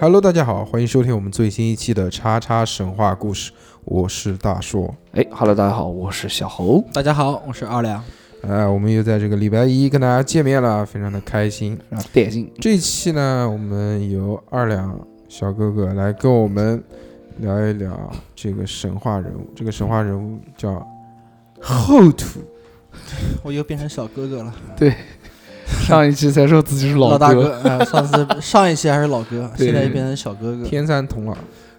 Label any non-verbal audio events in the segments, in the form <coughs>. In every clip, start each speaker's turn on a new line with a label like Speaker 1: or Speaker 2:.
Speaker 1: Hello，大家好，欢迎收听我们最新一期的《叉叉神话故事》，我是大硕。
Speaker 2: 哎哈喽，大家好，我是小侯。
Speaker 3: 大家好，我是二两。
Speaker 1: 呃，我们又在这个礼拜一跟大家见面了，非常的开心。
Speaker 2: 啊，带劲！
Speaker 1: 这一期呢，我们由二两小哥哥来跟我们聊一聊这个神话人物。这个神话人物叫后土，
Speaker 3: 我又变成小哥哥了，
Speaker 2: 上一期才说自己是
Speaker 3: 老
Speaker 2: 哥，
Speaker 3: 大哥。啊、上次上一期还是老哥，
Speaker 2: 对
Speaker 3: 现在又变成小哥哥。
Speaker 1: 天山童姥。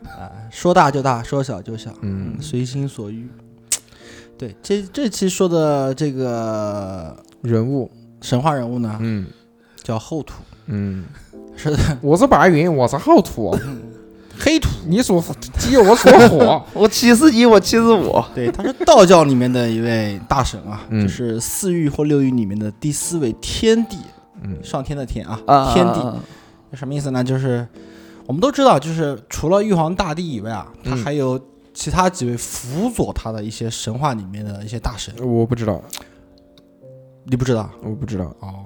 Speaker 3: 啊、说大就大，说小就小，
Speaker 1: 嗯，
Speaker 3: 随心所欲。对，这这期说的这个
Speaker 1: 人物，
Speaker 3: 神话人物呢，
Speaker 1: 嗯
Speaker 3: 叫后土，
Speaker 1: 嗯，
Speaker 3: 是的，
Speaker 1: 我是白云，我是后 <laughs> 土，黑土， <laughs> 你属鸡，我属火。
Speaker 2: 我七四一，我七四五。
Speaker 3: 对，他是道教里面的一位大神啊，
Speaker 1: 嗯
Speaker 3: 就是四御或六御里面的第四位天帝，
Speaker 1: 嗯
Speaker 3: 上天的天啊，
Speaker 2: 啊，
Speaker 3: 天帝。什么意思呢？就是我们都知道，就是除了玉皇大帝以外啊，他
Speaker 1: 嗯
Speaker 3: 还有其他几位辅佐他的一些神话里面的一些大神，
Speaker 1: 我不知道，
Speaker 3: 你不知道
Speaker 1: 我不知道，
Speaker 2: <laughs>
Speaker 3: 哦？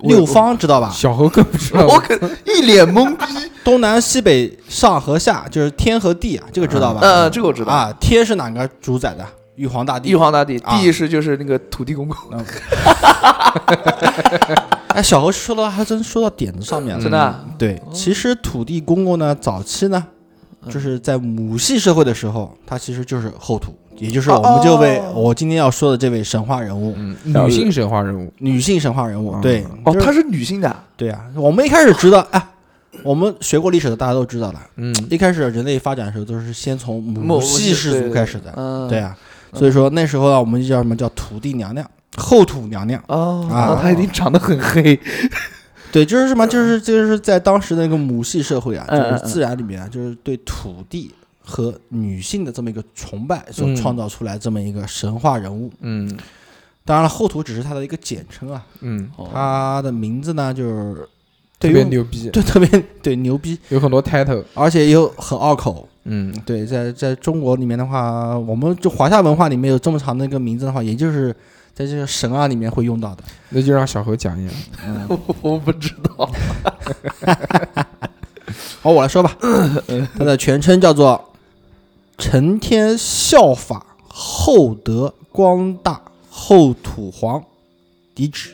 Speaker 3: 六方知道吧？
Speaker 1: 小猴更不知道。
Speaker 2: 我可一脸懵 <laughs> 逼。
Speaker 3: 东南西北上和下，就是天和地啊，这个知道吧？
Speaker 2: 呃，这个我知道。
Speaker 3: 啊，天是哪个主宰的？玉皇大帝。
Speaker 2: 玉皇大帝，
Speaker 3: 啊
Speaker 2: 帝是就是那个土地公公，
Speaker 3: <laughs> 哎，小何说到还真说到点子上面了。嗯
Speaker 2: 真的啊。
Speaker 3: 对，其实土地公公呢，早期呢，
Speaker 2: 嗯
Speaker 3: 就是在母系社会的时候，他其实就是后土，也就是我们这位、
Speaker 2: 哦
Speaker 3: 我今天要说的这位神话人物，
Speaker 1: 嗯，女性神话人物，
Speaker 3: 女性神话人物。
Speaker 1: 哦
Speaker 3: 对，
Speaker 2: 哦，
Speaker 3: 就是
Speaker 2: 她是女性的。
Speaker 3: 对啊，我们一开始知道，哎，我们学过历史的大家都知道了，
Speaker 1: 嗯
Speaker 3: 一开始人类发展的时候都是先从母
Speaker 2: 母
Speaker 3: 系
Speaker 2: 系
Speaker 3: 氏
Speaker 2: 对
Speaker 3: 族开始的，
Speaker 2: 嗯，
Speaker 3: 对。啊，所以说那时候啊，我们就叫什么叫土地娘娘、后土娘娘。
Speaker 2: 哦，
Speaker 3: 啊
Speaker 2: 那她一定长得很黑。
Speaker 3: 对，就是什么，就是就是在当时的那个母系社会啊，就
Speaker 2: 嗯嗯嗯
Speaker 3: 是自然里面啊，就是对土地和女性的这么一个崇拜所
Speaker 1: 嗯
Speaker 3: 创造出来这么一个神话人物。
Speaker 1: 嗯
Speaker 3: 当然了，后土只是它的一个简称啊，
Speaker 1: 嗯，
Speaker 2: 哦
Speaker 3: 它的名字呢就是
Speaker 1: 特
Speaker 3: 对
Speaker 1: 别
Speaker 3: 于
Speaker 1: 牛逼，
Speaker 3: 对特别对牛逼，
Speaker 1: 有很多 title。
Speaker 3: 而且又很拗口。
Speaker 1: 嗯
Speaker 3: 对，在在中国里面的话，我们就华夏文化里面有这么长的一个名字的话，也就是在这个神啊里面会用到的。，
Speaker 1: 那就让小何讲一讲。
Speaker 2: 嗯 <laughs> 我不知道。
Speaker 3: 好，我来
Speaker 2: <laughs>
Speaker 3: 说吧。它的全称叫做“承天效法厚德光大厚土皇嫡旨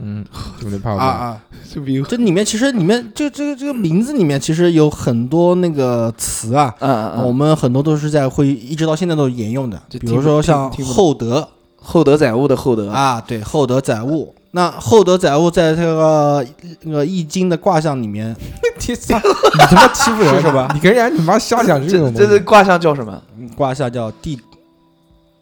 Speaker 1: 嗯，你的”
Speaker 3: 啊
Speaker 1: 怕我吧？
Speaker 3: 啊！
Speaker 2: 就比如，
Speaker 3: 这里面其实里面这这个这个名字里面其实有很多那个词啊，
Speaker 2: 嗯嗯
Speaker 3: 我
Speaker 2: 嗯，
Speaker 3: 们很多都是在会一直到现在都沿用的，
Speaker 2: 就
Speaker 3: 比
Speaker 2: 听
Speaker 3: 如
Speaker 2: 不
Speaker 3: 说
Speaker 2: 听
Speaker 3: 像
Speaker 2: 听不懂
Speaker 3: 厚德
Speaker 2: 厚德载物的厚德。
Speaker 3: 啊，对，厚德载物。那厚德载物在这个那个易经的卦象里面，
Speaker 1: <laughs> 你他妈欺负人
Speaker 3: 是吧？
Speaker 1: 你跟人家你妈瞎讲这
Speaker 2: 这
Speaker 1: 种
Speaker 2: 这
Speaker 1: 东
Speaker 2: 这
Speaker 1: 西。
Speaker 2: 卦象叫什么？
Speaker 3: 嗯卦象叫地，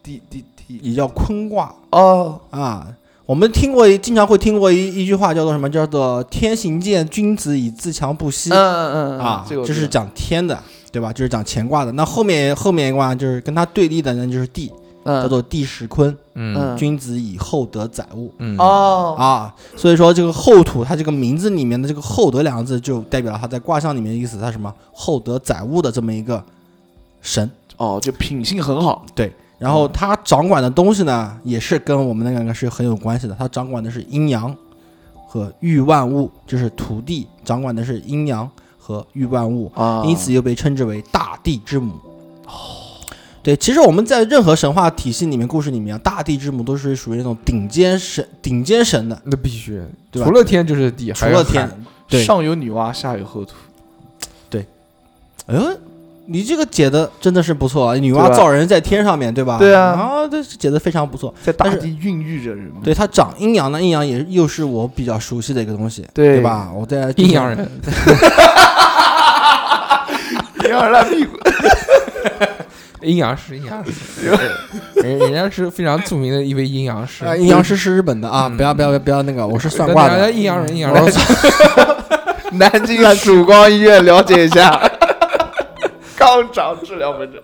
Speaker 2: 地地地。
Speaker 3: 也叫坤卦。
Speaker 2: 哦，
Speaker 3: 啊，我们听过一，经常会听过一一句话叫做什么？叫做“天行健，君子以自强不息”
Speaker 2: 嗯嗯嗯嗯
Speaker 3: 啊，
Speaker 2: 这个我
Speaker 3: 这
Speaker 2: 知
Speaker 3: 是
Speaker 2: 道
Speaker 3: 讲天的，对吧？就是讲乾卦的。那后面后面一卦就是跟它对立的呢，就是地，
Speaker 2: 嗯
Speaker 3: 叫做地势坤，
Speaker 1: 嗯
Speaker 2: 嗯
Speaker 3: 君子以厚德载物。
Speaker 1: 嗯
Speaker 2: 哦
Speaker 3: 啊，所以说这个厚土，它这个名字里面的这个厚德两个字，就代表了它在卦象里面的意思，它什么厚德载物的这么一个神。
Speaker 2: 哦，就品性很好。
Speaker 3: 对，
Speaker 2: 嗯
Speaker 3: 然后他掌管的东西呢，也是跟我们那两个是很有关系的。他掌管的是阴阳和御万物，就是土地掌管的是阴阳和御万物，
Speaker 2: 啊，
Speaker 3: 因此又被称之为大地之母。哦，对，其实我们在任何神话体系里面、故事里面啊，大地之母都是属于那种顶尖神、顶尖神的，
Speaker 1: 那必须，
Speaker 3: 对吧
Speaker 1: 除了天就是地，
Speaker 3: 除
Speaker 1: 还有
Speaker 3: 了
Speaker 1: 海
Speaker 3: 天。，对
Speaker 2: 上有女娲，下有后土。
Speaker 3: 哎呦，你这个解的真的是不错啊！女
Speaker 2: 对
Speaker 3: 娲
Speaker 2: 吧
Speaker 3: 造人在天上面，对吧？
Speaker 2: 对啊
Speaker 3: 啊，这解的非常不错。
Speaker 2: 在
Speaker 3: 但
Speaker 2: 大
Speaker 3: 是
Speaker 2: 地孕育着人们。
Speaker 3: 对它长阴阳呢，阴阳也又是我比较熟悉的一个东西，
Speaker 2: 对
Speaker 3: 对吧？我在
Speaker 1: 阴阳，人，
Speaker 2: 对，要烂屁股。
Speaker 1: <laughs> 阴阳师，阴阳
Speaker 3: <laughs>
Speaker 1: 师，人人家是非常著名的一位阴阳师
Speaker 3: 啊，。阴阳师是日本的啊，不要不要不要那个，我是算
Speaker 1: 但
Speaker 3: 卦
Speaker 1: 人家
Speaker 3: 的。
Speaker 1: 阴阳人，阴阳
Speaker 3: 我
Speaker 1: 人
Speaker 3: 是，
Speaker 2: 南京曙光医院了解一下，肛肠治疗门诊。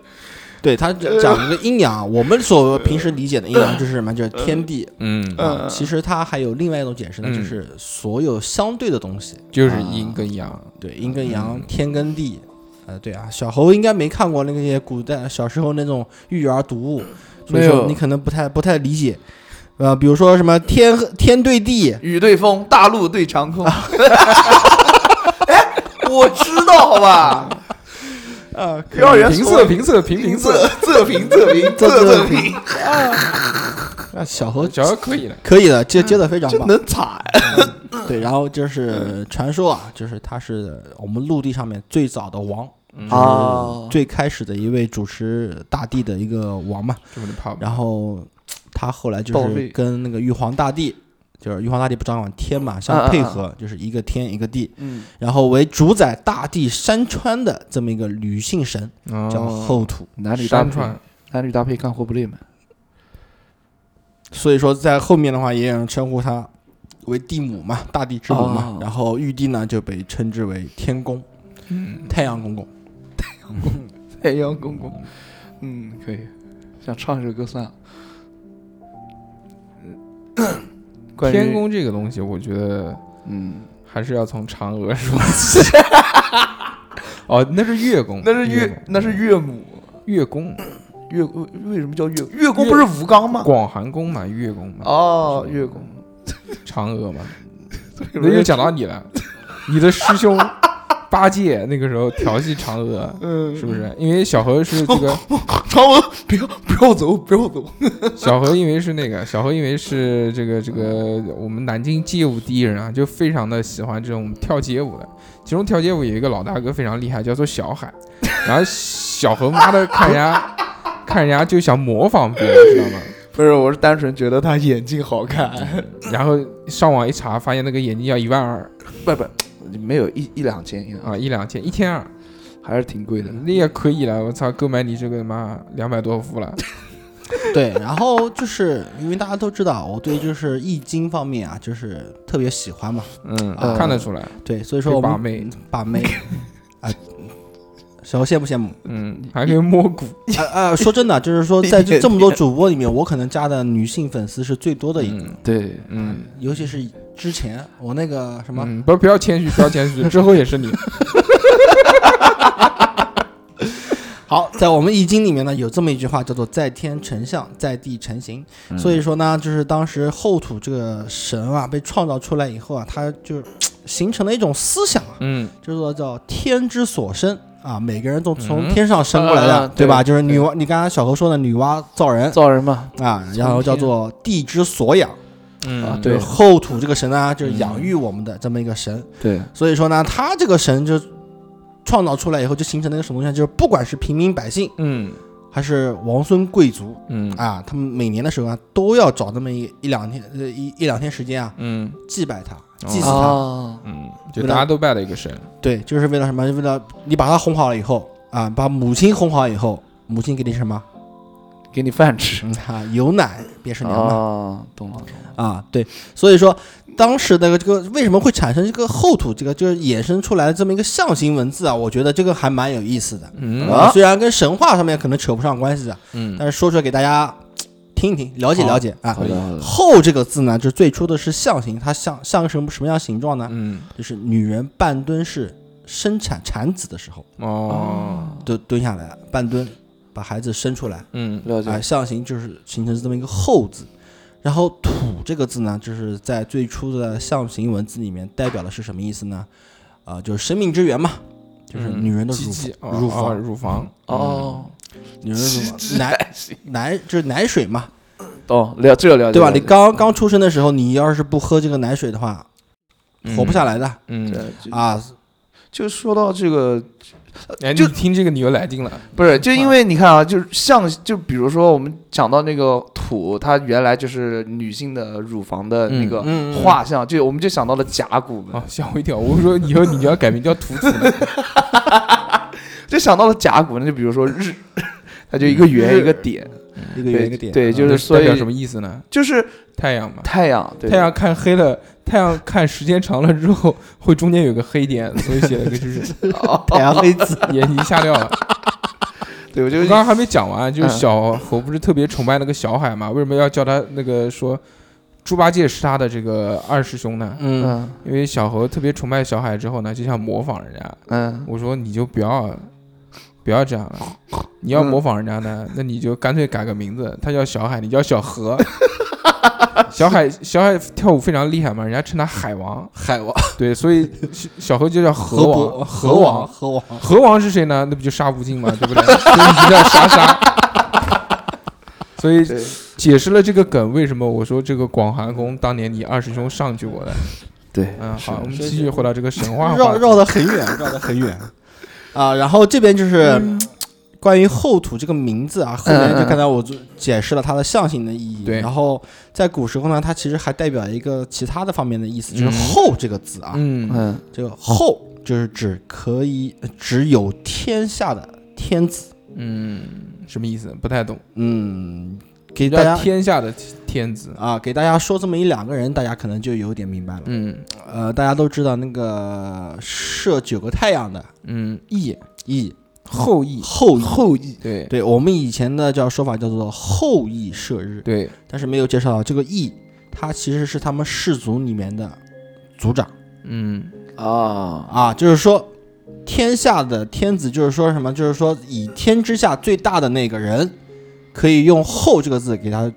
Speaker 3: 对他讲讲一个阴阳，我们所平时理解的阴阳就是什么？就是天地
Speaker 1: <laughs> 嗯，
Speaker 3: 啊。
Speaker 2: 嗯
Speaker 3: 其实它还有另外一种解释呢，
Speaker 1: 嗯
Speaker 3: 就是所有相对的东西，
Speaker 1: 就是阴跟阳，
Speaker 3: 对，阴跟阳，天跟地，呃，对啊，小猴应该没看过那些古代小时候那种育儿读物，所
Speaker 2: 没
Speaker 3: 以说
Speaker 2: 有
Speaker 3: 你可能不太不太理解。呃，比如说什么天和天对地，
Speaker 2: 雨对风，大陆对长空。 <laughs> 哎，我知道，好吧？
Speaker 3: 啊，
Speaker 2: 幼儿园
Speaker 1: 平
Speaker 2: 所
Speaker 1: 仄平仄平平仄，，
Speaker 2: 仄平仄平
Speaker 3: 仄
Speaker 2: 仄
Speaker 3: 仄
Speaker 2: 仄平，
Speaker 3: 那啊小猴
Speaker 1: 只要可以了，
Speaker 3: 可以的，接接的非常
Speaker 2: 真
Speaker 3: 棒。
Speaker 2: 能踩。
Speaker 3: 对，然后就是传说啊，就是他是我们陆地上面最早的王，
Speaker 1: 嗯
Speaker 3: 啊
Speaker 2: 哦
Speaker 3: 最开始的一位主持大地的一个王嘛。
Speaker 1: 这么的跑吧。
Speaker 3: 然后他后来就
Speaker 2: 报
Speaker 3: 是
Speaker 2: 废
Speaker 3: 跟那个玉皇大帝，就是玉皇大帝不掌管天嘛，
Speaker 2: 啊啊
Speaker 3: 相
Speaker 2: 啊
Speaker 3: 配合，就是一个天一个地，
Speaker 2: 嗯，
Speaker 3: 然后为主宰大地山川的这么一个女性神，叫
Speaker 1: 哦，
Speaker 3: 后土。
Speaker 2: 男女搭
Speaker 1: 山
Speaker 2: 配，
Speaker 1: 川，
Speaker 2: 男女搭配干活不累嘛？
Speaker 3: 所以说在后面的话，也有人称呼她为地母嘛，大地之母嘛。
Speaker 2: 哦
Speaker 3: 然后玉帝呢就被称之为天公，太阳公公。
Speaker 2: 太阳公公，嗯，可以。想唱一首歌算了。 <coughs> 关于
Speaker 1: 天，宫这个东西，我觉得
Speaker 2: 嗯，
Speaker 1: 还是要从嫦娥
Speaker 2: <laughs>
Speaker 1: 说起。哦，那是月宫，
Speaker 2: 那是
Speaker 1: 宫
Speaker 2: 岳，那是岳母。
Speaker 1: 月宫，
Speaker 2: 月为为什么叫月？月宫不是吴刚吗？
Speaker 1: 广寒宫嘛，月宫嘛，
Speaker 2: 哦，月宫。
Speaker 1: 嫦娥嘛，那又讲到你了，你的师兄八戒那个时候调戏嫦
Speaker 2: <laughs>
Speaker 1: 娥，
Speaker 2: 嗯，
Speaker 1: 是不是？因为小何是这
Speaker 2: <laughs>
Speaker 1: 个
Speaker 2: 长文，不要不要走，不要走。
Speaker 1: 小何，因为是那个小何，因为是这个这个我们南京街舞第一人啊，就非常的喜欢这种跳街舞的。其中跳街舞有一个老大哥非常厉害，叫做小海。然后小何妈的看人家， <laughs> 看人家就想模仿别人，知道吗？
Speaker 2: 不是，我是单纯觉得他眼睛好看。
Speaker 1: 然后上网一查，发现那个眼镜要一万二
Speaker 2: <laughs> 不不，没有一一两千一两，
Speaker 1: 啊，一两千，一千二，
Speaker 2: 还是挺贵的。
Speaker 1: 那也可以了。我操，购买你这个他妈两百多副了。
Speaker 3: 对，然后就是因为大家都知道，我对就是易经方面啊，就是特别喜欢嘛。
Speaker 1: 嗯，
Speaker 3: 啊
Speaker 1: 看得出来，
Speaker 3: 对，所以说
Speaker 1: 说
Speaker 3: 我
Speaker 1: 把
Speaker 3: 们
Speaker 1: 妹，
Speaker 3: 把妹 <laughs> 啊，小猴羡慕羡慕
Speaker 1: 嗯，还可以摸骨。
Speaker 3: 啊啊！说真的，就是说在 <laughs> 这这么多主播里面，我可能加的女性粉丝是最多的一个，
Speaker 1: 嗯
Speaker 2: 对，
Speaker 1: 嗯。
Speaker 3: 尤其是之前我那个什么，
Speaker 1: 嗯，不，不要谦虚，不要谦虚，之后也是你。
Speaker 3: 好，在我们易经里面呢，有这么一句话叫做“在天成象，在地成形”。所以说呢，就是当时后土这个神啊被创造出来以后啊，它就形成了一种思想啊，
Speaker 1: 嗯，
Speaker 3: 就是说叫天之所生啊，每个人都从
Speaker 1: 嗯
Speaker 3: 天上生过来
Speaker 2: 啊啊
Speaker 3: 的，
Speaker 2: 啊
Speaker 3: 对吧？
Speaker 2: 对
Speaker 3: 就是女娲，你刚刚小何说的女娲造人
Speaker 2: 造人嘛，
Speaker 3: 啊，然后叫做地之所养，
Speaker 1: 嗯
Speaker 2: 啊
Speaker 3: 就
Speaker 2: 对嗯
Speaker 3: 是后土这个神呢，就是养育我们的这么一个神。
Speaker 2: 对，
Speaker 3: 所以说呢，他这个神就创造出来以后，就形成了一个什么东西啊？就是不管是平民百姓
Speaker 1: 嗯
Speaker 3: 还是王孙贵族
Speaker 1: 嗯
Speaker 3: 啊，他们每年的时候啊，都要找那么一一两天，呃，一一两天时间啊，
Speaker 1: 嗯
Speaker 3: 祭拜他，祭祀他。
Speaker 2: 啊，
Speaker 1: 嗯，就大家都拜了一个神。
Speaker 3: 对，就是为了什么？就为了你把他哄好了以后啊，把母亲哄好以后，母亲给你什么？
Speaker 2: 给你饭吃。
Speaker 3: 嗯啊，有奶便是娘嘛。
Speaker 2: 啊，哦懂了，懂了。
Speaker 3: 啊，对，所以说当时的这个为什么会产生这个后土，这个就是衍生出来的这么一个象形文字啊，我觉得这个还蛮有意思的。
Speaker 1: 嗯
Speaker 2: 啊
Speaker 3: 虽然跟神话上面可能扯不上关系啊，
Speaker 1: 嗯
Speaker 3: 但是说出来给大家嘖听一听，了解了解啊。
Speaker 2: 哦好的，
Speaker 1: 嗯
Speaker 2: 好的。
Speaker 3: 后这个字呢，就最初的是象形，它像像什么什么样形状呢？
Speaker 1: 嗯
Speaker 3: 就是女人半蹲式生产产子的时候，
Speaker 1: 哦
Speaker 3: 就蹲下来半蹲，把孩子生出来。
Speaker 1: 嗯
Speaker 2: 了
Speaker 3: 啊，
Speaker 2: 解。
Speaker 3: 象形就是形成这么一个后字。然后土这个字呢，就是在最初的象形文字里面代表的是什么意思呢？啊、就是生命之源嘛，就是
Speaker 1: 嗯
Speaker 3: 女人的
Speaker 1: 鸡
Speaker 3: 乳
Speaker 1: 鸡
Speaker 3: 房
Speaker 1: 哦
Speaker 3: 乳
Speaker 1: 哦
Speaker 3: 房，
Speaker 1: 乳房
Speaker 2: 哦，哎
Speaker 3: 女人的乳房，
Speaker 1: <laughs>
Speaker 3: 奶奶就是奶水嘛，
Speaker 2: 懂了，这了解。
Speaker 3: 对吧？
Speaker 2: 了解
Speaker 3: 你刚刚出生的时候，你要是不喝这个奶水的话，活不下
Speaker 1: 来。
Speaker 3: 来的
Speaker 1: 嗯，
Speaker 2: 对就
Speaker 3: 啊。
Speaker 2: 就说到这个
Speaker 1: 哎，
Speaker 2: 就
Speaker 1: 就听这个你又来劲了。
Speaker 2: 不是，就因为你看啊，就是像就比如说我们讲到那个土，它原来就是女性的乳房的那个
Speaker 3: 嗯，嗯
Speaker 2: 画像，就我们就想到了甲骨文，
Speaker 1: 啊，吓我一跳！我说以后你就要改名叫土子了。
Speaker 2: 就想到了甲骨文，就比如说 <laughs> 日，它就一个圆
Speaker 1: 日
Speaker 2: 一个点，
Speaker 3: 嗯一个圆一个点，
Speaker 2: 对，
Speaker 3: 嗯
Speaker 2: 就是
Speaker 1: 那
Speaker 2: 所
Speaker 1: 代表什
Speaker 2: 以
Speaker 1: 么意思呢？
Speaker 2: 就是
Speaker 1: 太阳嘛，
Speaker 2: 太阳，对
Speaker 1: 太阳看黑了，太阳看时间长了之后，会中间有个黑点，所以写了个就是 <laughs>
Speaker 2: 哦
Speaker 3: 太阳黑子。
Speaker 1: 眼睛吓掉了。
Speaker 2: 对我就
Speaker 1: 我刚刚还没讲完，就是
Speaker 2: 嗯
Speaker 1: 小猴不是特别崇拜那个小海嘛？为什么要叫他那个说猪八戒是他的这个二师兄呢？
Speaker 3: 嗯，
Speaker 2: 嗯
Speaker 1: 因为小猴特别崇拜小海之后呢，就想模仿人家。
Speaker 2: 嗯
Speaker 1: 我说你就不要不要这样了，你要模仿人家呢，那你就干脆改个名字，他叫小海，你叫小何。 <laughs> 小海小海跳舞非常厉害嘛，人家称他海王，
Speaker 3: 海王、
Speaker 1: 对，所以小小何就叫河
Speaker 3: 河
Speaker 1: 王，
Speaker 3: 河
Speaker 1: 河王
Speaker 3: 王、，河王，
Speaker 1: 河王是谁呢？那不就沙悟净嘛，对不对？所以就叫沙沙。所以
Speaker 2: 对
Speaker 1: 解释了这个梗，为什么我说这个广寒宫当年你二师兄上去过的？
Speaker 2: 对
Speaker 1: 嗯，
Speaker 2: 是
Speaker 1: 好，我们
Speaker 3: 是
Speaker 1: 继续回到这个神话话
Speaker 3: 绕
Speaker 1: 题。
Speaker 3: 绕得很远，绕得很远 <laughs> 嗯啊。然后这边就是关于后土这个名字啊，后面就刚才我就解释了它的象形的意义。
Speaker 1: 对
Speaker 3: 然后在古时候呢，它其实还代表一个其他的方面的意思，就是
Speaker 1: 嗯
Speaker 3: “后”这个字啊，
Speaker 1: 嗯
Speaker 2: 嗯
Speaker 3: 这个“后”就是指可以只有天下的天子。
Speaker 1: 嗯，什么意思？不太懂。
Speaker 3: 嗯，给大
Speaker 1: 叫
Speaker 3: 家
Speaker 1: 天下的天子。
Speaker 3: 啊，给大家说这么一两个人，大家可能就有点明白了。
Speaker 1: 嗯
Speaker 3: 呃，大家都知道那个射九个太阳的
Speaker 1: 嗯，羿
Speaker 3: 羿，
Speaker 1: 后羿，
Speaker 3: 后后羿，
Speaker 1: 对
Speaker 3: 对我们以前的叫说法叫做后羿射日，
Speaker 1: 对，
Speaker 3: 但是没有介绍到这个羿，他其实是他们氏族里面的族长
Speaker 1: 嗯
Speaker 2: 啊
Speaker 3: 啊，就是说天下的天子，就是说什么，就是说以天之下最大的那个人，可以用后这个字给他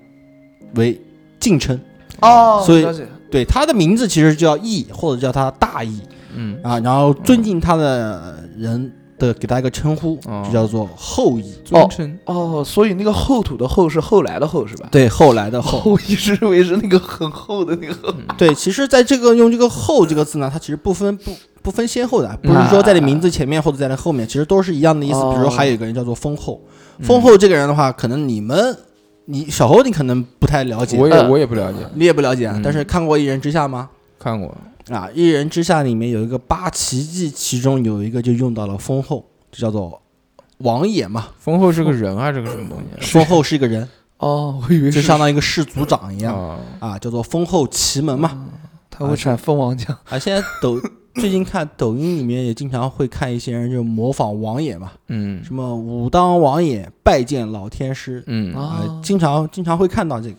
Speaker 3: 为敬称，
Speaker 2: 哦
Speaker 3: 所以
Speaker 2: 了解
Speaker 3: 对他的名字其实叫羿，或者叫他大羿
Speaker 1: 嗯
Speaker 3: 啊，然后尊敬他的人的给他一个称呼，
Speaker 1: 哦
Speaker 3: 就叫做后羿，
Speaker 1: 尊称。
Speaker 2: 哦，所以那个后土的后是后来的后是 <laughs> 吧？
Speaker 3: 对后来的后。
Speaker 1: <laughs>
Speaker 2: 后一直认为是那个很厚的那个厚，
Speaker 3: 对，其实在这个用这个“后”这个字呢，它其实不分不不分先后的，不是说在你名字前面或者在你后面，其实都是一样的意思。
Speaker 2: 哦
Speaker 3: 比如说还有一个人叫做封后，
Speaker 1: 嗯
Speaker 3: 封后这个人的话，可能你们你小侯你可能不太了解，呃
Speaker 1: 我也
Speaker 2: 嗯
Speaker 1: 我也不了解，
Speaker 3: 你也不了解啊
Speaker 1: 嗯。
Speaker 3: 但是看过《一人之下》吗？
Speaker 1: 看过。
Speaker 3: 啊，《一人之下》里面有一个八奇迹，其中有一个就用到了封后，就叫做王爷嘛。
Speaker 1: 封后是个人还是个什么东西？啊
Speaker 3: 封后是一个人，
Speaker 2: 哦，我以为
Speaker 3: 就是相当于一个氏族长一样
Speaker 1: 啊，
Speaker 3: 啊，叫做封后奇门嘛。
Speaker 2: 他会产蜂王浆
Speaker 3: 啊，现在抖最近看抖音里面也经常会看一些人就模仿王爷嘛，
Speaker 1: 嗯
Speaker 3: 什么武当王爷拜见老天师
Speaker 1: 嗯
Speaker 3: 啊、经常经常会看到这个。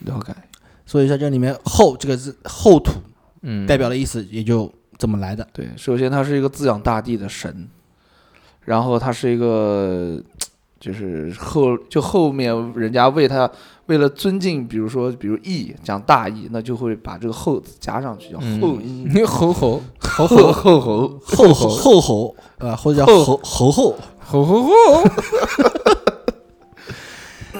Speaker 2: 了解
Speaker 3: 所以在这里面“后”这个字“后土”
Speaker 1: 嗯，
Speaker 3: 代表的意思也就这么来的。
Speaker 2: 对，首先他是一个滋养大地的神，然后他是一个，就是后就后面人家为他为了尊敬，比如说比如义讲大义，那就会把这个后字加上去，叫
Speaker 1: 嗯
Speaker 2: 后
Speaker 1: <laughs>
Speaker 2: 义。
Speaker 1: 猴猴
Speaker 3: 猴
Speaker 2: 后
Speaker 3: 猴
Speaker 2: 后侯，
Speaker 3: 后侯后侯，呃，或者叫
Speaker 2: 后
Speaker 3: 侯侯后。
Speaker 1: 猴猴猴，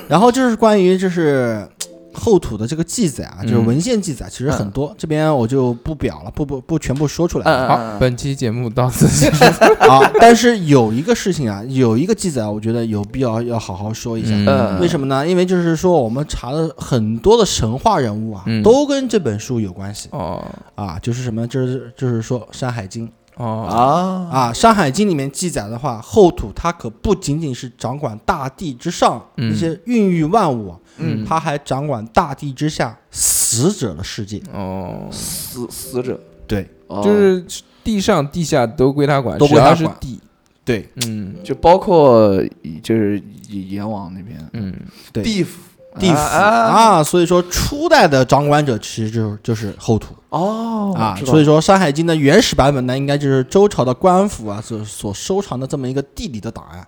Speaker 3: 然后就是关于就是后土的这个记载啊，就是
Speaker 1: 嗯
Speaker 3: 文献记载其实很多，这边我就不表了，不不不全部说出来了。
Speaker 2: 嗯
Speaker 1: 好，本期节目到此结束。
Speaker 3: <laughs> 啊，但是有一个事情啊，有一个记载啊，我觉得有必要要好好说一下。
Speaker 1: 嗯
Speaker 3: 为什么呢？因为就是说，我们查了很多的神话人物啊，
Speaker 1: 嗯
Speaker 3: 都跟这本书有关系
Speaker 1: 哦
Speaker 3: 啊。就是什么，就是就是说《山海经》
Speaker 1: 哦，
Speaker 2: 啊
Speaker 3: 啊，《山海经》里面记载的话，后土它可不仅仅是掌管大地之上
Speaker 1: 嗯
Speaker 3: 一些孕育万物啊，
Speaker 1: 嗯
Speaker 3: 它还掌管大地之下死者的世界。
Speaker 1: 哦，
Speaker 2: 死死者，
Speaker 3: 对
Speaker 2: 哦
Speaker 1: 就是地上地下都归他管，
Speaker 3: 都
Speaker 1: 只
Speaker 3: 归他
Speaker 1: 要是
Speaker 3: 管
Speaker 1: 地，
Speaker 3: 对
Speaker 1: 嗯
Speaker 2: 就包括就是阎王那边
Speaker 1: 嗯
Speaker 3: 对，
Speaker 2: 地府
Speaker 3: 地府啊，所以说初代的掌管者其实就是就是后土。
Speaker 2: 哦
Speaker 3: 啊，
Speaker 2: 知道
Speaker 3: 所以说《山海经》的原始版本呢，应该就是周朝的官府啊所所收藏的这么一个地理的档案，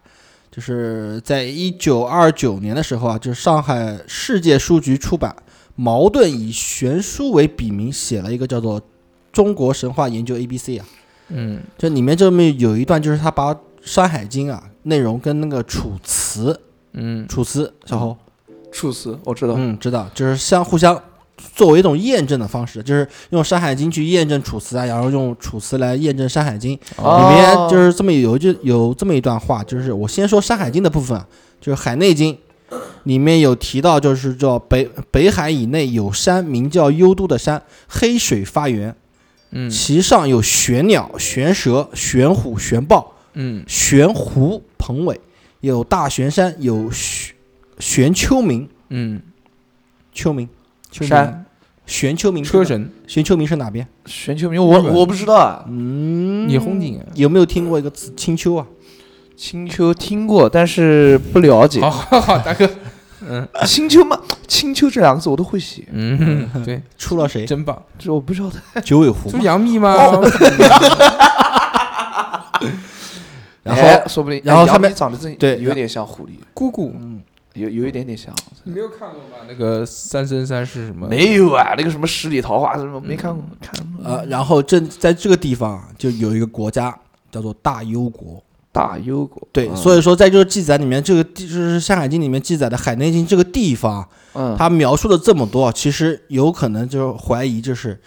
Speaker 3: 就是在一九二九年的时候啊，就是上海世界书局出版，茅盾以玄书为笔名写了一个叫做《中国神话研究 A B C》啊，
Speaker 1: 嗯
Speaker 3: 这里面这么有一段就是他把《山海经啊》内容跟那个《楚辞》，
Speaker 1: 嗯
Speaker 3: 《楚辞》小侯，
Speaker 2: 处死，我知道，
Speaker 3: 嗯，知道，就是相互相作为一种验证的方式，就是用《山海经》去验证《楚辞》啊，然后用《楚辞》来验证《山海经》
Speaker 2: 哦
Speaker 3: 里面就是这么有一句有这么一段话，就是我先说《山海经》的部分啊，就是《海内经》里面有提到，就是叫北北海以内有山，名叫幽都的山，黑水发源，
Speaker 1: 嗯
Speaker 3: 其上有玄鸟、玄蛇、玄虎、玄豹、
Speaker 1: 嗯
Speaker 3: 玄狐、鹏尾，有大玄山，有玄玄丘陵，
Speaker 1: 嗯，
Speaker 3: 丘陵。
Speaker 1: 丘
Speaker 2: 山
Speaker 3: 玄丘明
Speaker 1: 车，神
Speaker 3: 玄丘明是哪边？
Speaker 2: 玄丘明，我
Speaker 1: 日本
Speaker 2: 我不知道啊，
Speaker 3: 嗯
Speaker 1: 你红警啊
Speaker 3: 有没有听过一个词“青丘”啊？
Speaker 2: 青丘听过，但是不了解。
Speaker 1: 好好好，大哥，嗯
Speaker 2: 青丘嘛，青丘这两个字我都会写，
Speaker 1: 嗯，对，
Speaker 3: 出了谁？
Speaker 1: 真棒，
Speaker 2: 这我不知道的。
Speaker 3: <laughs> 九尾狐
Speaker 1: 这不。杨幂吗？
Speaker 3: 然后
Speaker 2: 哎说不定，
Speaker 3: 然后
Speaker 2: 哎
Speaker 3: 上
Speaker 2: 杨
Speaker 3: 面
Speaker 2: 幂长得真
Speaker 3: 对
Speaker 2: 有点像狐狸，
Speaker 1: 姑姑，
Speaker 2: 有有一点点像。
Speaker 1: 你没有看过吗？那个三生三世什么？
Speaker 2: 没有啊，那个什么十里桃花什么没看过，看过
Speaker 3: 呃，然后正在这个地方啊就有一个国家叫做大幽国。
Speaker 2: 大幽国。
Speaker 3: 对，
Speaker 2: 嗯
Speaker 3: 所以说在这个记载里面，这个地就是《山海经》里面记载的海内经这个地方，啊
Speaker 2: 嗯，
Speaker 3: 它描述了这么多，啊其实有可能就是怀疑，就是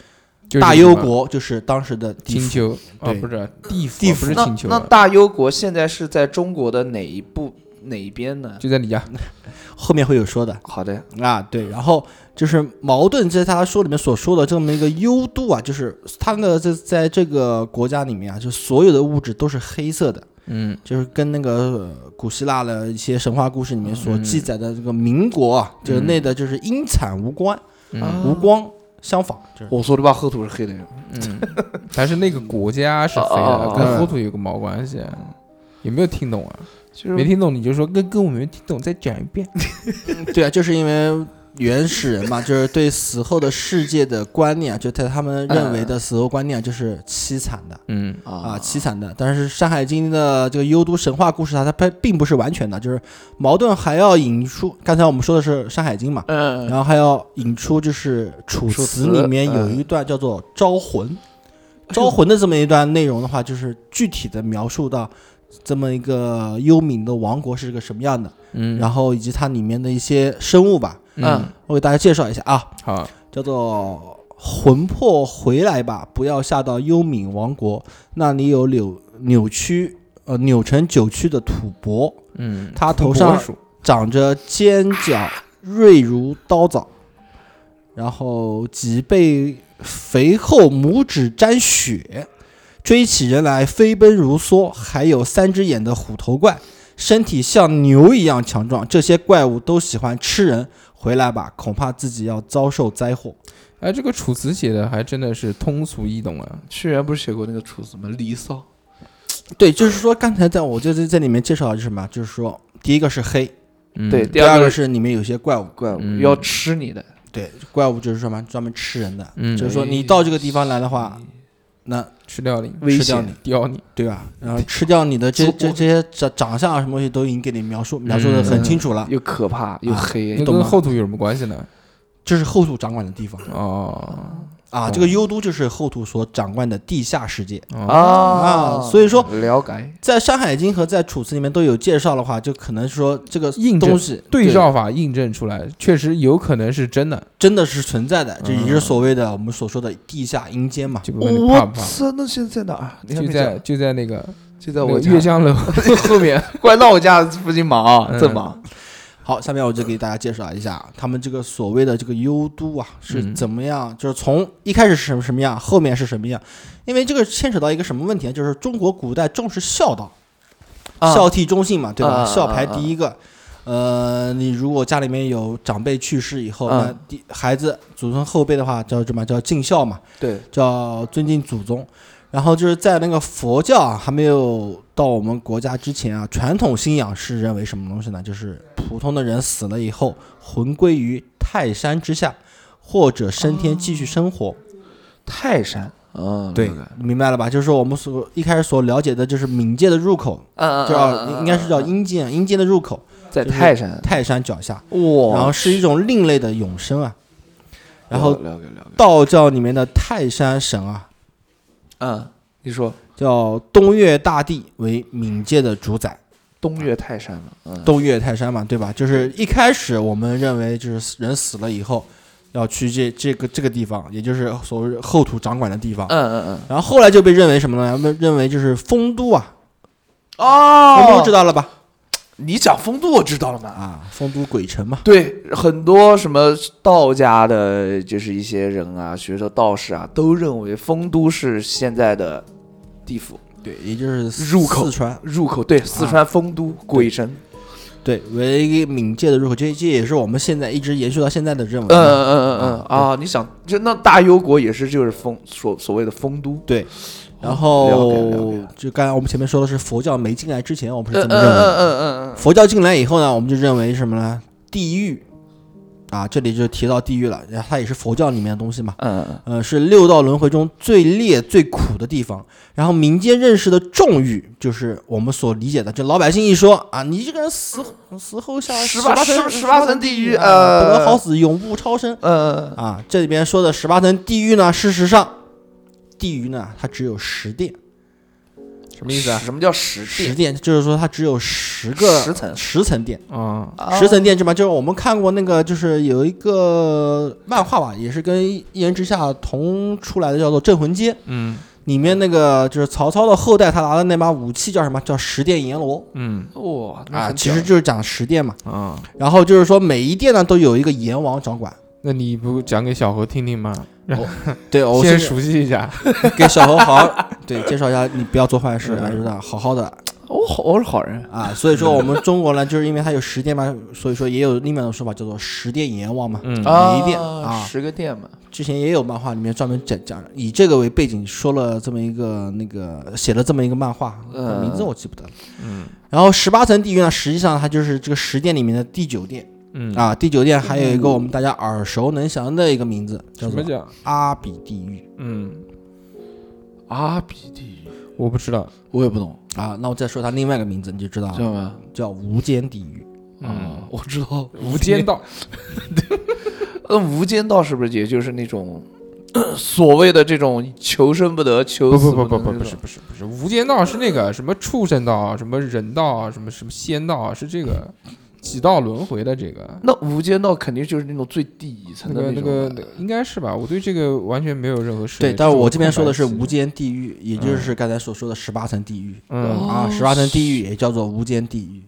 Speaker 1: 就是
Speaker 3: 大幽国就是当时的地
Speaker 1: 青
Speaker 3: 府。
Speaker 1: 丘啊，
Speaker 3: 对
Speaker 1: 不是地府，
Speaker 3: 地
Speaker 1: 不是
Speaker 2: 那
Speaker 1: 青丘
Speaker 2: 那
Speaker 1: 啊，
Speaker 2: 大幽国现在是在中国的哪一部哪一边呢？
Speaker 1: 就在你家。
Speaker 3: 后面会有说的
Speaker 2: 好的，
Speaker 3: 啊，对。然后就是矛盾，这是他书里面所说的这么一个幽度啊，就是他的这在这个国家里面啊，就所有的物质都是黑色的。
Speaker 1: 嗯，
Speaker 3: 就是跟那个呃古希腊的一些神话故事里面所记载的这个民国啊，就是内的就是阴惨无光，
Speaker 1: 嗯
Speaker 2: 啊
Speaker 3: 无光相仿，就是
Speaker 2: 我说的吧，后土是黑的。
Speaker 1: 嗯，但是那个国家是非的，
Speaker 2: 哦
Speaker 1: 跟后土有个毛关系？有没有听懂啊？
Speaker 2: 就是
Speaker 1: 没听懂你就说跟跟我没听懂，再讲一遍。
Speaker 3: 对啊，就是因为原始人嘛，就是对死后的世界的观念啊，就在他们认为的死后观念啊就是凄惨的。
Speaker 1: 嗯，
Speaker 3: 啊，凄惨的。但是《山海经》的这个幽都神话故事啊，它并并不是完全的，就是矛盾还要引出。刚才我们说的是《山海经》嘛，
Speaker 2: 嗯，
Speaker 3: 然后还要引出就是《楚
Speaker 2: 楚
Speaker 3: 辞》
Speaker 2: 辞
Speaker 3: 里面有
Speaker 2: 嗯
Speaker 3: 一段叫做“招魂”，招魂的这么一段内容的话，就是具体的描述到这么一个幽冥的王国是个什么样的，
Speaker 1: 嗯，
Speaker 3: 然后以及它里面的一些生物吧。
Speaker 1: 嗯，
Speaker 3: 我给大家介绍一下啊，
Speaker 1: 好，
Speaker 3: 叫做“魂魄回来吧，不要下到幽冥王国，那里有扭扭曲呃扭成九曲的吐蕃，
Speaker 1: 嗯，
Speaker 3: 他头
Speaker 1: 博
Speaker 3: 上
Speaker 1: 鼠
Speaker 3: 长着尖角，锐如刀凿，然后脊背肥厚，拇指沾血，追起人来飞奔如梭，还有三只眼的虎头怪，身体像牛一样强壮。这些怪物都喜欢吃人，回来吧，恐怕自己要遭受灾祸。
Speaker 1: 哎，这个《楚辞》写的还真的是通俗易懂啊。
Speaker 2: 屈原不是写过那个楚什么《离骚》？
Speaker 3: 对，就是说刚才在我就在这里面介绍的是什么？就是说第一个是黑，
Speaker 1: 嗯
Speaker 2: 对，，
Speaker 3: 第
Speaker 2: 第
Speaker 3: 二
Speaker 2: 二
Speaker 3: 个
Speaker 2: 个是
Speaker 3: 是里面有些怪物，
Speaker 2: 怪物
Speaker 1: 嗯
Speaker 2: 要吃你的，
Speaker 3: 对，怪物就是什么专门吃人的，
Speaker 1: 嗯
Speaker 3: 就是说你到这个地方来的话，
Speaker 2: 嗯
Speaker 3: 那
Speaker 1: 吃掉你，
Speaker 2: 危
Speaker 3: 吃掉
Speaker 2: 险
Speaker 3: 你。
Speaker 1: 叼你。
Speaker 3: 对吧？然后吃掉你的这这这些长长相啊什么东西都已经给你描述描述的
Speaker 1: 嗯
Speaker 3: 很清楚了，
Speaker 2: 又可怕又黑，
Speaker 1: 那
Speaker 3: 懂
Speaker 1: 跟
Speaker 3: 吗
Speaker 1: 后土有什么关系呢？
Speaker 3: 这是后土掌管的地方
Speaker 1: 哦，
Speaker 3: 啊。
Speaker 1: 懂
Speaker 3: 这个幽都就是后土所掌管的地下世界。
Speaker 1: 哦
Speaker 2: 啊
Speaker 3: 啊所以说
Speaker 2: 了解
Speaker 3: 在《山海经》和在《楚辞》里面都有介绍的话，就可能说这个
Speaker 1: 印证
Speaker 3: 东西
Speaker 1: 对照法印证出来，确实有可能是真的。
Speaker 3: 真的是存在的，
Speaker 1: 嗯
Speaker 3: 就也就是所谓的我们所说的地下阴间嘛。
Speaker 1: 就不问你怕
Speaker 2: 我
Speaker 1: 不怕，
Speaker 2: 操，那现在在哪
Speaker 3: 啊
Speaker 2: 儿？你还
Speaker 1: 就
Speaker 2: 没
Speaker 1: 在
Speaker 2: 讲
Speaker 1: 就在那个
Speaker 2: 就在
Speaker 1: 那
Speaker 2: 我
Speaker 1: 个
Speaker 2: 家
Speaker 1: 月，江 <laughs> 楼
Speaker 2: <laughs>
Speaker 1: 后
Speaker 3: <laughs>
Speaker 1: 面。
Speaker 2: 怪到我家附近忙啊，
Speaker 1: 嗯
Speaker 2: 正忙。
Speaker 3: 好，下面我就给大家介绍一下他们这个所谓的这个幽都啊是
Speaker 1: 嗯
Speaker 3: 怎么样，就是从一开始是什么什么样，后面是什么样。因为这个牵扯到一个什么问题啊，就是中国古代重视孝道，
Speaker 2: 啊
Speaker 3: 孝悌忠信嘛，对吧？
Speaker 2: 啊
Speaker 3: 孝排第一个。呃，你如果家里面有长辈去世以后，
Speaker 2: 嗯
Speaker 3: 那第孩子祖孙后辈的话叫什么？叫尽孝嘛，
Speaker 2: 对，
Speaker 3: 叫尊敬祖宗。然后就是在那个佛教啊还没有到我们国家之前啊，传统信仰是认为什么东西呢？就是普通的人死了以后，魂归于泰山之下，或者升天继续生活。
Speaker 2: 泰山。嗯，
Speaker 3: 对
Speaker 2: 明白，
Speaker 3: 明啊白了吧？就是说我们所一开始所了解的，就是冥界的入口，
Speaker 2: 嗯，
Speaker 3: 叫应该是叫阴间，阴间的入口，
Speaker 2: 在
Speaker 3: 就是
Speaker 2: 泰山。
Speaker 3: 泰山脚下，
Speaker 2: 哇
Speaker 3: 然后是一种另类的永生啊。然后
Speaker 2: 了解了解。
Speaker 3: 道教里面的泰山神啊，
Speaker 2: 嗯，你说
Speaker 3: 叫东岳大帝为冥界的主宰，
Speaker 2: 东岳泰山嘛？嗯，
Speaker 3: 东岳泰山嘛，对吧？就是一开始我们认为就是人死了以后要去这这个这个地方，也就是所谓后土掌管的地方。
Speaker 2: 嗯嗯
Speaker 3: 然后后来就被认为什么呢？被认为就是丰都啊，
Speaker 2: 嗯。
Speaker 3: 丰
Speaker 2: 哦
Speaker 3: 都知道了吧？
Speaker 2: 你讲丰都，我知道了嘛。
Speaker 3: 啊，丰都鬼城嘛。
Speaker 2: 对，很多什么道家的，就是一些人啊，学者、道士啊，都认为丰都是现在的地府
Speaker 3: 对，也就是
Speaker 2: 入口
Speaker 3: 四川，
Speaker 2: 入口，对，四川丰都、鬼神。
Speaker 3: 对，为一个冥界的入口，这这也是我们现在一直延续到现在的认
Speaker 2: 嗯
Speaker 3: 为嘛。
Speaker 2: 嗯嗯嗯嗯啊！你想，就那大幽国也是就是丰所所谓的丰都，
Speaker 3: 对，然
Speaker 2: 了解了
Speaker 3: 后
Speaker 2: 解
Speaker 3: 就刚才我们前面说的是佛教没进来之前，我们是
Speaker 2: 嗯嗯
Speaker 3: 这么认为的。
Speaker 2: 嗯嗯
Speaker 3: 佛教进来以后呢，我们就认为什么呢？地狱啊，这里就提到地狱了，然后它也是佛教里面的东西嘛。
Speaker 2: 嗯嗯，
Speaker 3: 呃，是六道轮回中最烈、最苦的地方。然后民间认识的重欲，就是我们所理解的，就老百姓一说啊，你这个人死死后下
Speaker 2: 十
Speaker 3: 八
Speaker 2: 八
Speaker 3: 层
Speaker 2: 十
Speaker 3: 十
Speaker 2: 十八层
Speaker 3: 层
Speaker 2: 地
Speaker 3: 狱，
Speaker 2: 狱
Speaker 3: 啊
Speaker 2: 呃
Speaker 3: 不得好死，永不超生
Speaker 2: 呃，
Speaker 3: 啊。这里边说的十八层地狱呢，事实上，地狱呢它只有十殿，
Speaker 1: 什么意思啊？
Speaker 2: 什么叫十
Speaker 3: 十殿就是说它只有十个
Speaker 2: 十层
Speaker 3: 十层殿。
Speaker 1: 啊，
Speaker 3: 十层殿之嘛，就是我们看过那个，就是有一个漫画吧，也是跟《一人之下》同出来的，叫做《镇魂街》。
Speaker 1: 嗯
Speaker 3: 里面那个就是曹操的后代，他拿的那把武器叫什么？叫十殿阎罗
Speaker 1: 嗯
Speaker 2: 哇
Speaker 3: 啊，其实就是讲十殿嘛。
Speaker 1: 啊，
Speaker 3: 然后就是说每一殿呢都有一个阎王掌管。
Speaker 1: 那你不讲给小何听听吗？
Speaker 3: 对，哦我
Speaker 1: 先
Speaker 3: 先
Speaker 1: 熟悉一下。
Speaker 3: 给小何好好 <laughs> 对介绍一下，你不要做坏事，
Speaker 2: 嗯
Speaker 3: 啊，就是好好的
Speaker 2: 我好我是好人，
Speaker 3: 啊。所以说我们中国呢，就是因为它有十殿嘛，所以说也有另外一种说法叫做十殿阎王嘛。
Speaker 1: 嗯
Speaker 3: 啊
Speaker 2: 十个店嘛，
Speaker 3: 之前也有漫画里面专门讲讲以这个为背景说了这么一个那个写了这么一个漫画，
Speaker 2: 嗯
Speaker 3: 名字我记不得了。
Speaker 1: 嗯
Speaker 3: 然后十八层地狱呢，实际上它就是这个十殿里面的第九殿
Speaker 1: 嗯，
Speaker 3: 啊，第九殿还有一个我们大家耳熟能详的一个名字，叫
Speaker 1: 什么
Speaker 3: 做
Speaker 1: 叫
Speaker 3: 阿比地狱。
Speaker 1: 嗯？
Speaker 2: 阿啊比地狱，
Speaker 1: 我不知道。
Speaker 2: 我也不懂，
Speaker 3: 啊，那我再说它另外一个名字，你就知道
Speaker 2: 知
Speaker 3: 了，
Speaker 2: 道吗？
Speaker 3: 叫无间地狱。
Speaker 1: 嗯，，
Speaker 2: 啊我知道，
Speaker 1: 无间道。
Speaker 2: <laughs> 那《无间道》是不是也就是那种 <clears throat> 所谓的这种求生不得、求
Speaker 1: 不
Speaker 2: 死
Speaker 1: 不不不
Speaker 2: 能
Speaker 1: 不
Speaker 2: 那
Speaker 1: 不是
Speaker 2: 种
Speaker 1: 不是不是，无间道是那个什么畜生道、啊什么人道、什么什么仙道，啊是这个几道轮回的这个。
Speaker 2: 那《无间道》肯定就是那种最底层
Speaker 1: 那
Speaker 2: 的
Speaker 1: 个那
Speaker 2: 种
Speaker 1: 个
Speaker 2: 吧
Speaker 1: 那应该是吧？我对这个完全没有任何涉猎
Speaker 3: 对，但是我这边说的嗯是
Speaker 1: 这种空
Speaker 3: 无
Speaker 1: 白期
Speaker 3: 间地狱，也就是刚才所说的十八层地狱、
Speaker 1: 嗯
Speaker 2: 哦
Speaker 3: 啊，十八层地狱也叫做无间地狱。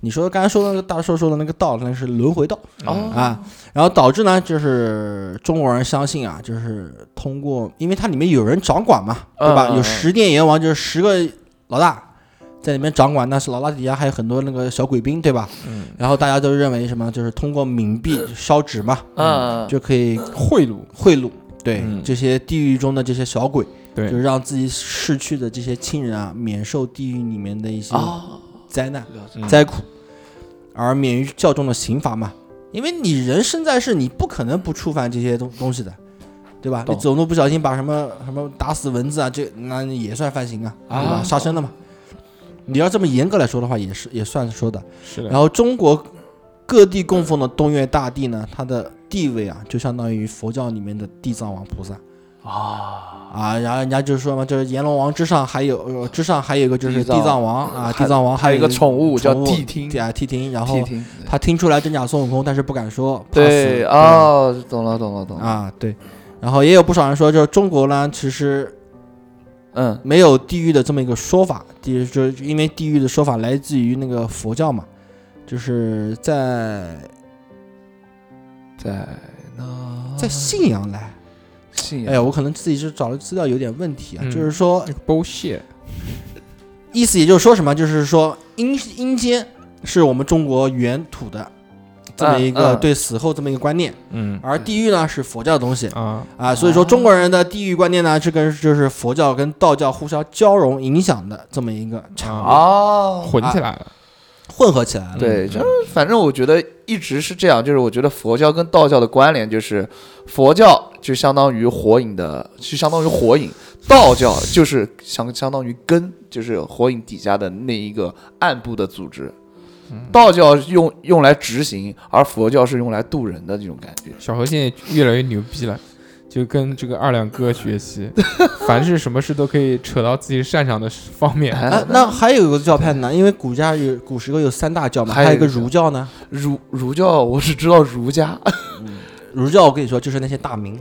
Speaker 3: 你说刚才说的那个大叔说的那个道，那是轮回道。
Speaker 2: 哦
Speaker 3: 啊，然后导致呢，就是中国人相信啊，就是通过，因为它里面有人掌管嘛，对吧？
Speaker 2: 嗯嗯嗯
Speaker 3: 有十殿阎王，就是十个老大在里面掌管，但是老大底下还有很多那个小鬼兵，对吧？
Speaker 1: 嗯
Speaker 3: 然后大家都认为什么，就是通过冥币烧纸嘛，
Speaker 2: 嗯，
Speaker 3: 就可以
Speaker 1: 贿赂，
Speaker 3: 贿赂。对、
Speaker 1: 嗯
Speaker 3: 这些地狱中的这些小鬼，
Speaker 1: 对
Speaker 3: 就是让自己逝去的这些亲人啊，免受地狱里面的一些
Speaker 2: 啊，
Speaker 3: 灾难、
Speaker 2: 了解
Speaker 1: 哦嗯
Speaker 3: 灾苦，而免于教众的刑罚嘛。因为你人生在世，你不可能不触犯这些东东西的，对吧？你
Speaker 2: 懂
Speaker 3: 走路不小心把什么什么打死蚊子啊，这那也算犯刑啊，对吧？
Speaker 2: 啊
Speaker 3: 杀生了嘛。你要这么严格来说的话，也是也算说的。
Speaker 1: 是的。
Speaker 3: 然后中国各地供奉的东岳大帝呢，他的地位啊，就相当于佛教里面的地藏王菩萨
Speaker 2: 啊，
Speaker 3: 啊。然后人家就说嘛，就是阎罗王之上还有、呃之上还有一个就
Speaker 2: 地
Speaker 3: 是地
Speaker 2: 藏
Speaker 3: 藏王啊，
Speaker 2: 还
Speaker 3: 地藏王
Speaker 2: 还有一
Speaker 3: 有
Speaker 2: 个宠物叫谛
Speaker 3: 地
Speaker 2: 听，
Speaker 3: 啊谛听，然后
Speaker 2: 谛听，
Speaker 3: 他听出来真假孙悟空，但是不敢说，怕死
Speaker 2: 对，哦，懂了懂了懂了，
Speaker 3: 啊对，然后也有不少人说，就是中国呢，其实
Speaker 2: 嗯
Speaker 3: 没有地狱的这么一个说法，地狱就是因为地狱的说法来自于那个佛教嘛，就是在
Speaker 2: 在那
Speaker 3: 在信仰来，
Speaker 2: 信
Speaker 3: 哎
Speaker 2: 仰
Speaker 3: 呀，我可能自己是找的资料有点问题啊，
Speaker 1: 嗯
Speaker 3: 就是说
Speaker 1: 那个 bullshit，
Speaker 3: 意思也就是说什么，就是说阴阴间是我们中国原土的这么一
Speaker 2: 嗯
Speaker 3: 个
Speaker 2: 嗯
Speaker 3: 对死后这么一个观念，
Speaker 1: 嗯
Speaker 3: 而地狱呢是佛教的东西，
Speaker 1: 啊，
Speaker 3: 啊，所以说中国人的地域观念呢，这个就是佛教跟道教互相交融影响的这么一个产物，
Speaker 1: 啊
Speaker 2: 哦，
Speaker 1: 混起来了。
Speaker 3: 混合起来了。
Speaker 2: 对，
Speaker 1: 嗯
Speaker 2: 就是反正我觉得一直是这样，就是我觉得佛教跟道教的关联就是，佛教就相当于火影的，就相当于火影，道教就是相相当于根，就是火影底下的那一个暗部的组织。道教用用来执行，而佛教是用来渡人的这种感觉。
Speaker 1: 小何现在越来越牛逼了，就跟这个二两哥学 <laughs> 习，凡是什么事都可以扯到自己擅长的方面。
Speaker 2: 哎
Speaker 3: 啊，那还有一个教派呢，因为古家有古时候有三大教嘛，
Speaker 2: 还有
Speaker 3: 还有
Speaker 2: 一个
Speaker 3: 一个儒教呢。
Speaker 2: 儒儒教我只知道儒家
Speaker 3: 儒教我跟你说，就是那些大名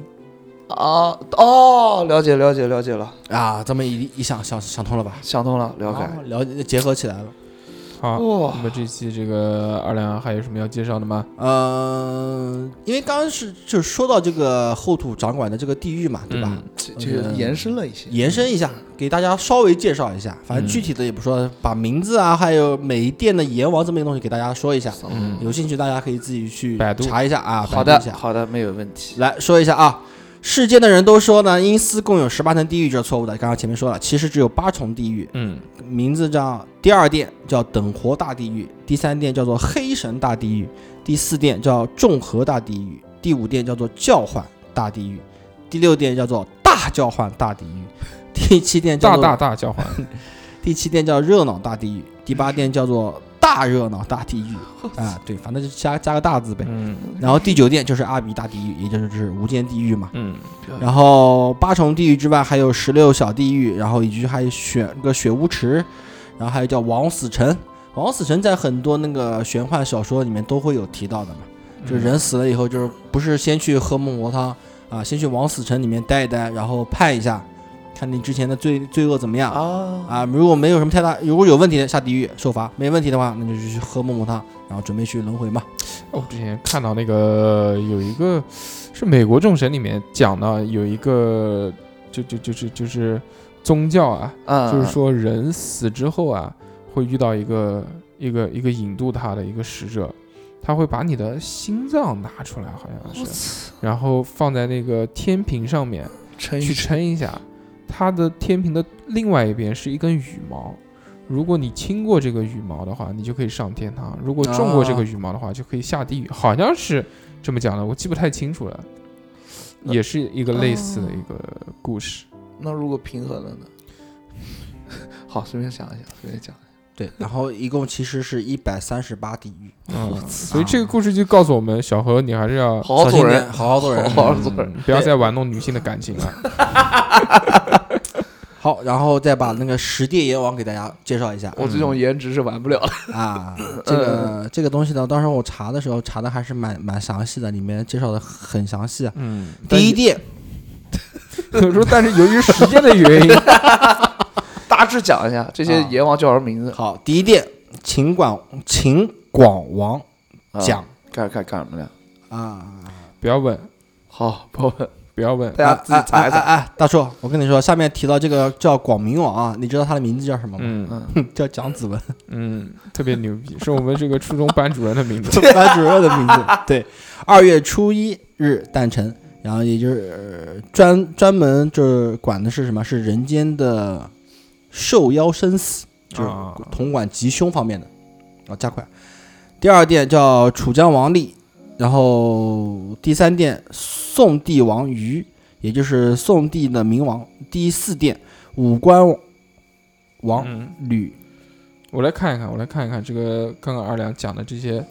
Speaker 2: 啊，哦，了解了解了解了，
Speaker 3: 啊，这么一一想想想通了吧？
Speaker 2: 想通了，了解。
Speaker 3: 哦了解结合起来了。
Speaker 1: 好，
Speaker 2: 哇
Speaker 1: 那么这期这个二两还有什么要介绍的吗？
Speaker 3: 嗯，因为刚刚是就说到这个后土掌管的这个地域嘛，对吧？
Speaker 1: 嗯
Speaker 2: 这这个延伸了一些，
Speaker 3: 延伸一下，给大家稍微介绍一下，反正具体的也不说，把名字啊，还有每一店的阎王这么一个东西给大家说一下。
Speaker 1: 嗯
Speaker 3: 有兴趣大家可以自己去
Speaker 1: 百度
Speaker 3: 查一下啊，
Speaker 2: 好
Speaker 3: 百
Speaker 2: 的
Speaker 3: 度一，下。
Speaker 2: 好的，没有问题。
Speaker 3: 来说一下啊，世间的人都说呢，因思共有十八层地狱，这是错误的。刚刚前面说了，其实只有八重地狱，
Speaker 1: 嗯，
Speaker 3: 名字叫第二殿叫等活大地狱，第三殿叫做黑神大地狱，第四殿叫众合大地狱，第五殿叫做教唤大地狱，第六殿叫做大教唤大地狱，第七殿叫
Speaker 1: 大
Speaker 3: 做
Speaker 1: 大大叫唤，
Speaker 3: 第七殿叫热闹大地狱，第八殿叫做大热闹大地
Speaker 1: <laughs>
Speaker 3: 狱啊，对，反正就加加个大字呗。
Speaker 1: <laughs> 嗯
Speaker 3: 然后第九殿就是阿鼻大地狱，也就是就是无间地狱嘛。
Speaker 1: 嗯，
Speaker 3: 然后八重地狱之外还有十六小地狱，然后以及还有雪那个雪屋池，然后还有叫王死城。王死城在很多那个玄幻小说里面都会有提到的嘛，就
Speaker 1: 嗯
Speaker 3: 人死了以后，就是不是先去喝孟婆汤啊，先去王死城里面待一待，然后判一下，看你之前的罪罪恶怎么样
Speaker 2: 啊，
Speaker 3: 啊。如果没有什么太大，如果有问题的下地狱受罚，没问题的话，那就去喝孟婆汤，然后准备去轮回嘛。
Speaker 1: 我哦之前看到那个有一个是美国众神里面讲的，有一个就就就是就是宗教啊，
Speaker 2: 嗯，
Speaker 1: 就是说人死之后啊，会遇到一个一个一个引渡他的一个使者，他会把你的心脏拿出来，好像
Speaker 2: 我
Speaker 1: 是，
Speaker 2: 操，
Speaker 1: 然后放在那个天平上面
Speaker 2: 陈
Speaker 1: 去称一下，它的天平的另外一边是一根羽毛。如果你亲过这个羽毛的话，你就可以上天堂；如果中过这个
Speaker 2: 哦
Speaker 3: 啊
Speaker 1: 羽毛的话，就可以下地狱。好像是这么讲的，我记不太清楚了。
Speaker 2: 那
Speaker 1: 也是一个类似
Speaker 2: 哦
Speaker 1: 的一个故事。
Speaker 2: 那如果平衡了呢？ <laughs> 好，随便想一想，随便讲。
Speaker 3: 对，然后一共其实是一百三十八地狱。
Speaker 1: 嗯，所以这个故事就告诉我们，小何，你还是要
Speaker 2: 好好
Speaker 3: 小心
Speaker 2: 做人
Speaker 3: 点，好好做人。
Speaker 2: 好好做人
Speaker 1: 嗯不要再玩弄女性的感情
Speaker 3: <laughs>
Speaker 1: 了。
Speaker 3: 好，然后再把那个十殿阎王给大家介绍一下
Speaker 2: 我这呃种颜值是玩不了
Speaker 3: <laughs>
Speaker 2: 的。 <laughs>
Speaker 3: 啊。这个这个东西呢，当时我查的时候查的还是蛮蛮详细的，里面介绍的很详细啊。
Speaker 1: 嗯，
Speaker 3: 第一殿， <laughs>
Speaker 1: 有时候但是由于时间的原因，
Speaker 2: 大致讲一下这些
Speaker 3: 啊
Speaker 2: 阎王叫什么名字？
Speaker 3: 好，第一殿秦广秦广王
Speaker 2: 啊
Speaker 3: 讲
Speaker 2: 干干干什么呢？
Speaker 3: 啊。
Speaker 1: 不要问，
Speaker 2: 好，不问，
Speaker 1: 不要问，
Speaker 2: 大家啊自己
Speaker 3: 哎
Speaker 2: 查一
Speaker 3: 哎
Speaker 2: 查。
Speaker 3: 哎，大叔，我跟你说，下面提到这个叫广明王啊，你知道他的名字叫什么吗？
Speaker 1: 嗯
Speaker 2: 嗯，
Speaker 3: <laughs> 叫蒋子文，
Speaker 1: 嗯，特别牛逼，是我们这个初中班主任的名
Speaker 3: <laughs>
Speaker 1: 字。
Speaker 3: 班主任的名字。对，二月初一日诞辰，然后也就是、呃专专门就是管的是什么？是人间的受妖生死，就是
Speaker 1: 啊
Speaker 3: 统管吉凶方面的。啊，加快。第二殿叫楚江王立，然后第三殿宋帝王于，也就是宋帝的明王。第四殿五官王
Speaker 1: 嗯，
Speaker 3: 吕，
Speaker 1: 我来看一看，我来看一看这个刚刚二两讲的这些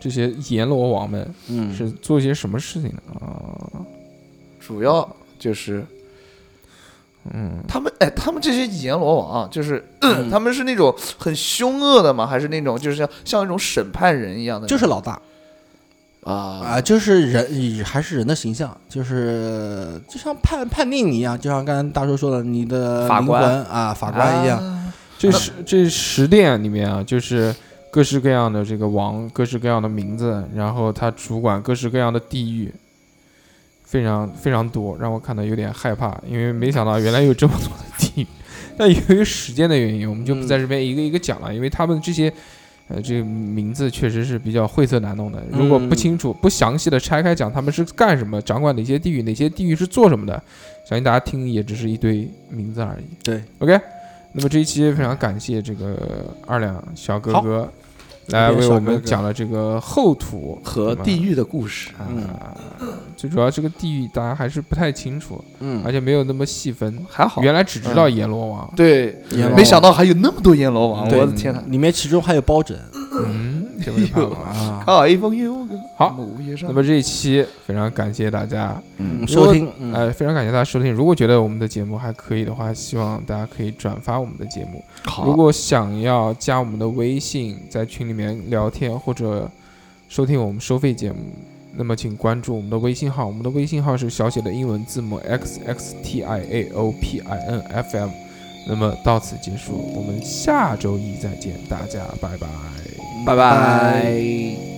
Speaker 1: 这些阎罗王们
Speaker 3: 嗯
Speaker 1: 是做些什么事情的啊？
Speaker 2: 主要就是
Speaker 1: 嗯，
Speaker 2: 他们，哎，他们这些阎罗王啊，就是 <clears throat>
Speaker 3: 嗯
Speaker 2: 他们是那种很凶恶的吗？还是那种就是像像一种审判人一样的？
Speaker 3: 就是老大。啊、
Speaker 2: 啊，
Speaker 3: 就是人以还是人的形象，就是就像判判定你一样，就像刚才大叔说的，你的
Speaker 2: 法
Speaker 3: 灵
Speaker 2: 官
Speaker 3: 魂啊，法官一样。
Speaker 2: 啊。
Speaker 1: 这十这十殿里面啊，就是各式各样的这个王，各式各样的名字，然后他主管各式各样的地域，非常非常多，让我看到有点害怕，因为没想到原来有这么多的地域。 <laughs> 但由于时间的原因，我们就不在这边一个一个讲了，因为他们这些。呃，这个名字确实是比较晦涩难弄的。如果不清楚、不详细的拆开讲，他们是干什么，掌管哪些地域，哪些地域是做什么的，相信大家听也只是一堆名字而已。
Speaker 3: 对
Speaker 1: ，OK，那么这一期非常感谢这个二两小哥哥来
Speaker 3: 谢谢
Speaker 1: 为
Speaker 3: 小
Speaker 1: 我
Speaker 3: 哥
Speaker 1: 们
Speaker 3: 哥
Speaker 1: 讲了这个后土
Speaker 2: 和地狱的故事，
Speaker 1: 啊
Speaker 3: 嗯，
Speaker 1: 最主要这个地域大家还是不太清楚，
Speaker 3: 嗯
Speaker 1: 而，且没有那么细分。
Speaker 2: 还好。
Speaker 1: 原来只知道阎罗
Speaker 3: <laughs>
Speaker 1: 王，
Speaker 2: 对，
Speaker 3: 阎罗
Speaker 2: 没想到还有那么多阎罗王，
Speaker 1: 对
Speaker 2: 我的天哪！
Speaker 3: 里面其中还有包拯
Speaker 1: 嗯，这位朋友
Speaker 3: <laughs>
Speaker 1: 啊。
Speaker 3: 啊。
Speaker 2: 啊，一封幽歌，
Speaker 1: 好
Speaker 2: 母夜上
Speaker 1: 那么这一期非常感谢大家，
Speaker 3: 嗯，
Speaker 1: 如果
Speaker 3: 收听，嗯，
Speaker 1: 呃，非常感谢大家收听。如果觉得我们的节目还可以的话，希望大家可以转发我们的节目。
Speaker 2: 好
Speaker 1: 如果想要加我们的微信，在群里面聊天或者收听我们收费节目，那么请关注我们的微信号，我们的微信号是小写的英文字母 x x t i a o p i n f m。那么到此结束，我们下周一再见，大家拜拜。
Speaker 2: 拜
Speaker 3: 拜
Speaker 2: 拜。